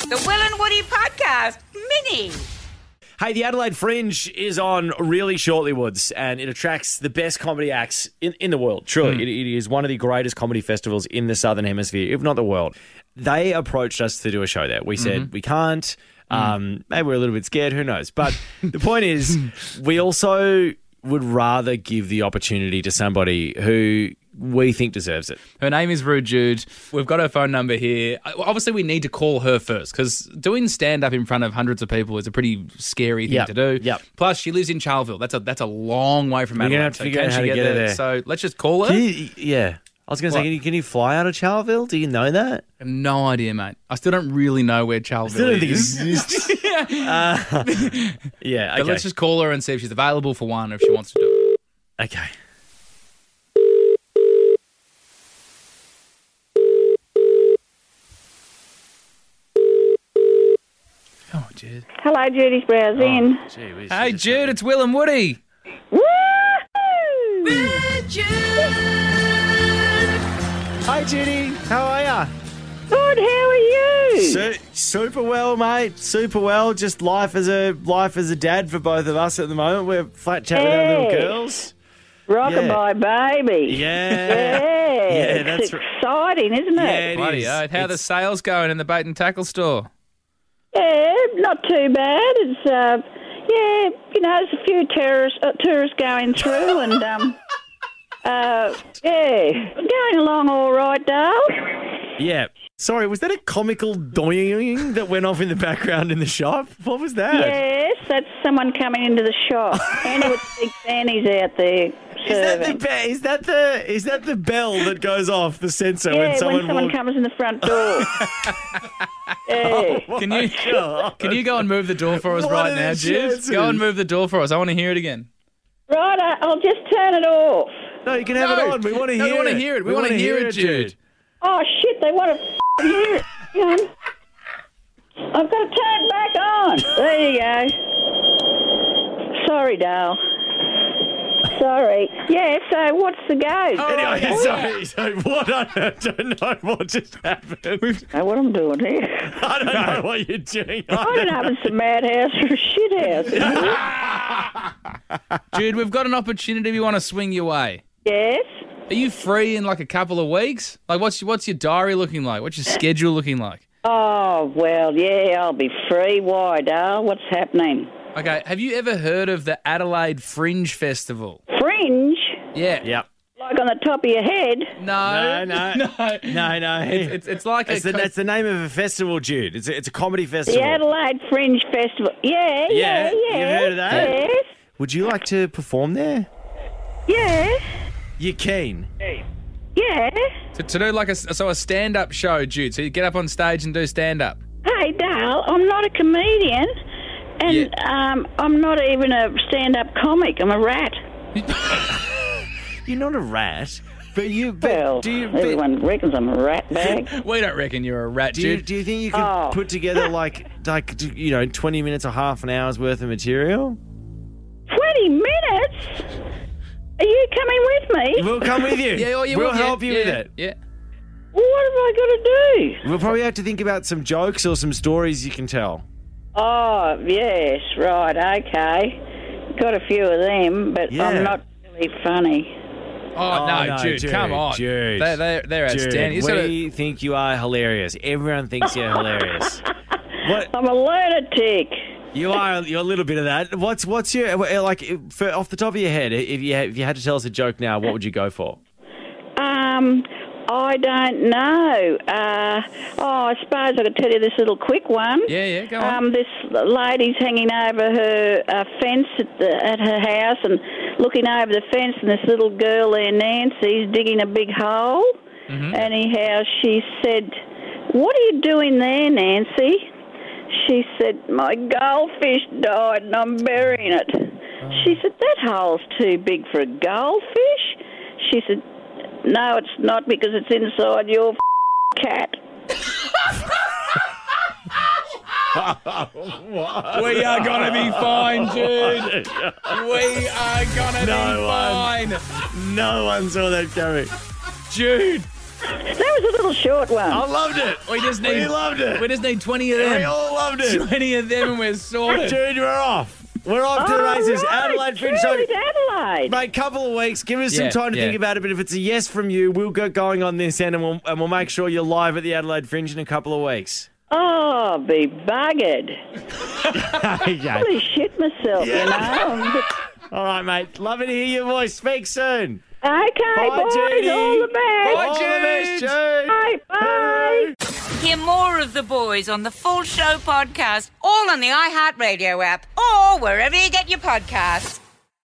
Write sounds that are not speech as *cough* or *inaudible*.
The Will and Woody Podcast Mini. Hey, the Adelaide Fringe is on really shortly, Woods, and it attracts the best comedy acts in, in the world. Truly, it, it is one of the greatest comedy festivals in the Southern Hemisphere, if not the world. They approached us to do a show there. We said, we can't. Um, maybe we're a little bit scared. Who knows? But the point is, we also would rather give the opportunity to somebody who we think deserves it. Her name is Rue Jude. We've got her phone number here. Uh, Obviously, we need to call her first because doing stand up in front of hundreds of people is a pretty scary thing Yep, to do. yep. Plus, she lives in Charleville. That's a that's a long way from We're Adelaide. gonna have to so figure can out how she to get her there. So let's just call her. Can you- yeah. I was going to say, What? can you, can you fly out of Charleville? Do you know that? I have no idea, mate. I still don't really know where Charleville don't think it Uh, is. *laughs* Yeah. But Okay. let's just call her and see if she's available for one, or if she wants to do it. okay. Oh, Jude. Hello, Judy's Brows Oh. In. Gee whiz, Hey, she just- Jude, it's Will and Woody. Woo! Hi, Judy. How are you? Good, how are you? super well, mate. Super well. Just life as a life as a dad for both of us at the moment. We're flat chatting our little Hey. girls. Rockin' yeah. my baby. Yeah. Yeah, Yeah, that's it's right. exciting, isn't it? It Bloody is. oath. How are the It's- sales going in the bait and tackle store? Yeah, not too bad. It's uh, yeah, you know, there's a few tourists uh, tourists going *laughs* through, and um, uh, yeah, going along all right, Dale. Yeah. Sorry, was that a comical doing that went off in the background in the shop? What was that? Yes, that's someone coming into the *laughs* shop. Annie with the big fannies out there Is that serving. the be- is that the is that the bell that goes off the sensor yeah, when someone, walks? *laughs* comes in the front door. yeah. *laughs* Can Oh, you can you go and move the door for us What right are now, the Jude? chances? Go and move the door for us. I want to hear it again. Right, I- I'll just turn it off. No, you can have it on. We want to No, hear. we want it. to hear it. We, want wanna to hear, it, Jude. Oh shit, they want to f- hear it. Hang on. I've got to turn it back on. There you go. Sorry, Dale. Sorry. Yeah, so what's the go? Anyway, sorry, so what on earth? I don't know what just happened. I don't know what I'm doing here. *laughs* I don't know what you're doing. I don't know if it's a madhouse or a shithouse. *laughs* Jude, we've got an opportunity we want to swing your way. Yes. Are you free in like a couple of weeks? Like, what's what's your diary looking like? What's your schedule looking like? Oh, well, yeah, I'll be free. Why, Dale? What's happening? Okay, have you ever heard of the Adelaide Fringe Festival? Fringe? Yeah. Yep. Like on the top of your head? No, No. no. *laughs* no. No, no. It's, it's like That's a the, co- that's the name of a festival, Jude. It's a, it's a comedy The festival. Adelaide Fringe Festival. Yeah, yeah, Yeah, yeah. you've heard of that? Yes, Would you like to perform there? yeah, You're keen. yeah. to, to do like a so a stand up show, Jude. So you get up on stage and do stand up. Hey, Dale, I'm not a comedian, and um, I'm not even a stand-up comic. I'm a rat. You're not a rat, but you. But Well, do you? but- everyone reckons I'm a *laughs* rat bag. We don't reckon you're a rat, do you, Jude. do you think you could Oh. put together *laughs* like like d- you know twenty minutes or half an hour's worth of material? Twenty minutes? Are you coming with me? We'll come with you. yeah, or you we'll will, yeah, help you with yeah, it. Yeah. What have I got to do? We'll probably have to think about some jokes or some stories you can tell. Oh, yes, right, okay. Got a few of them, but Yeah. I'm not really funny. Oh, no, Jude, come on. Jude. They, they're, they're Dude, outstanding. You sorta- we think you are hilarious. Everyone thinks you're hilarious. *laughs* What I'm a lunatic. you are, you're a little bit of that. What's what's your eh, like for, off the top of your head? If you if you had to tell us a joke now, what would you go for? Um, I don't know. Uh, oh, I suppose I could tell you this little quick one. yeah, yeah, go on. Um, this lady's hanging over her uh, fence at, the, at her house and looking over the fence, and this little girl there, Nancy's digging a big hole. Mm-hmm. Anyhow, she said, "What are you doing there, Nancy?" She said, "My goldfish died, and I'm burying it." She Oh. said, "That hole's too big for a goldfish." She said, "No, it's not because it's inside your cat." We are gonna be *laughs* fine, Jude. We are gonna No be fine, one. No one saw that coming. Jude. That was a little short one. I loved it. We just need. We loved it. We We, just need twenty of them. all loved *laughs* it. twenty of them, and we're sorted. Dude, we're off. We're off to the All races. right, Adelaide Fringe. Truly So, to Adelaide. mate, couple of weeks. Give us Yeah, some time to yeah. think about it. But if it's a yes from you, we'll get going on this end, and we'll and we'll make sure you're live at the Adelaide Fringe in a couple of *laughs* weeks. Oh, be buggered. okay. Holy shit myself, you know. All right, mate. Loving to hear your voice. Speak soon. okay, Bye, boys, Judy. all the best. All the best, Jude. Bye, bye. Hear more of the boys on the Full Show podcast, all on the iHeartRadio app or wherever you get your podcasts.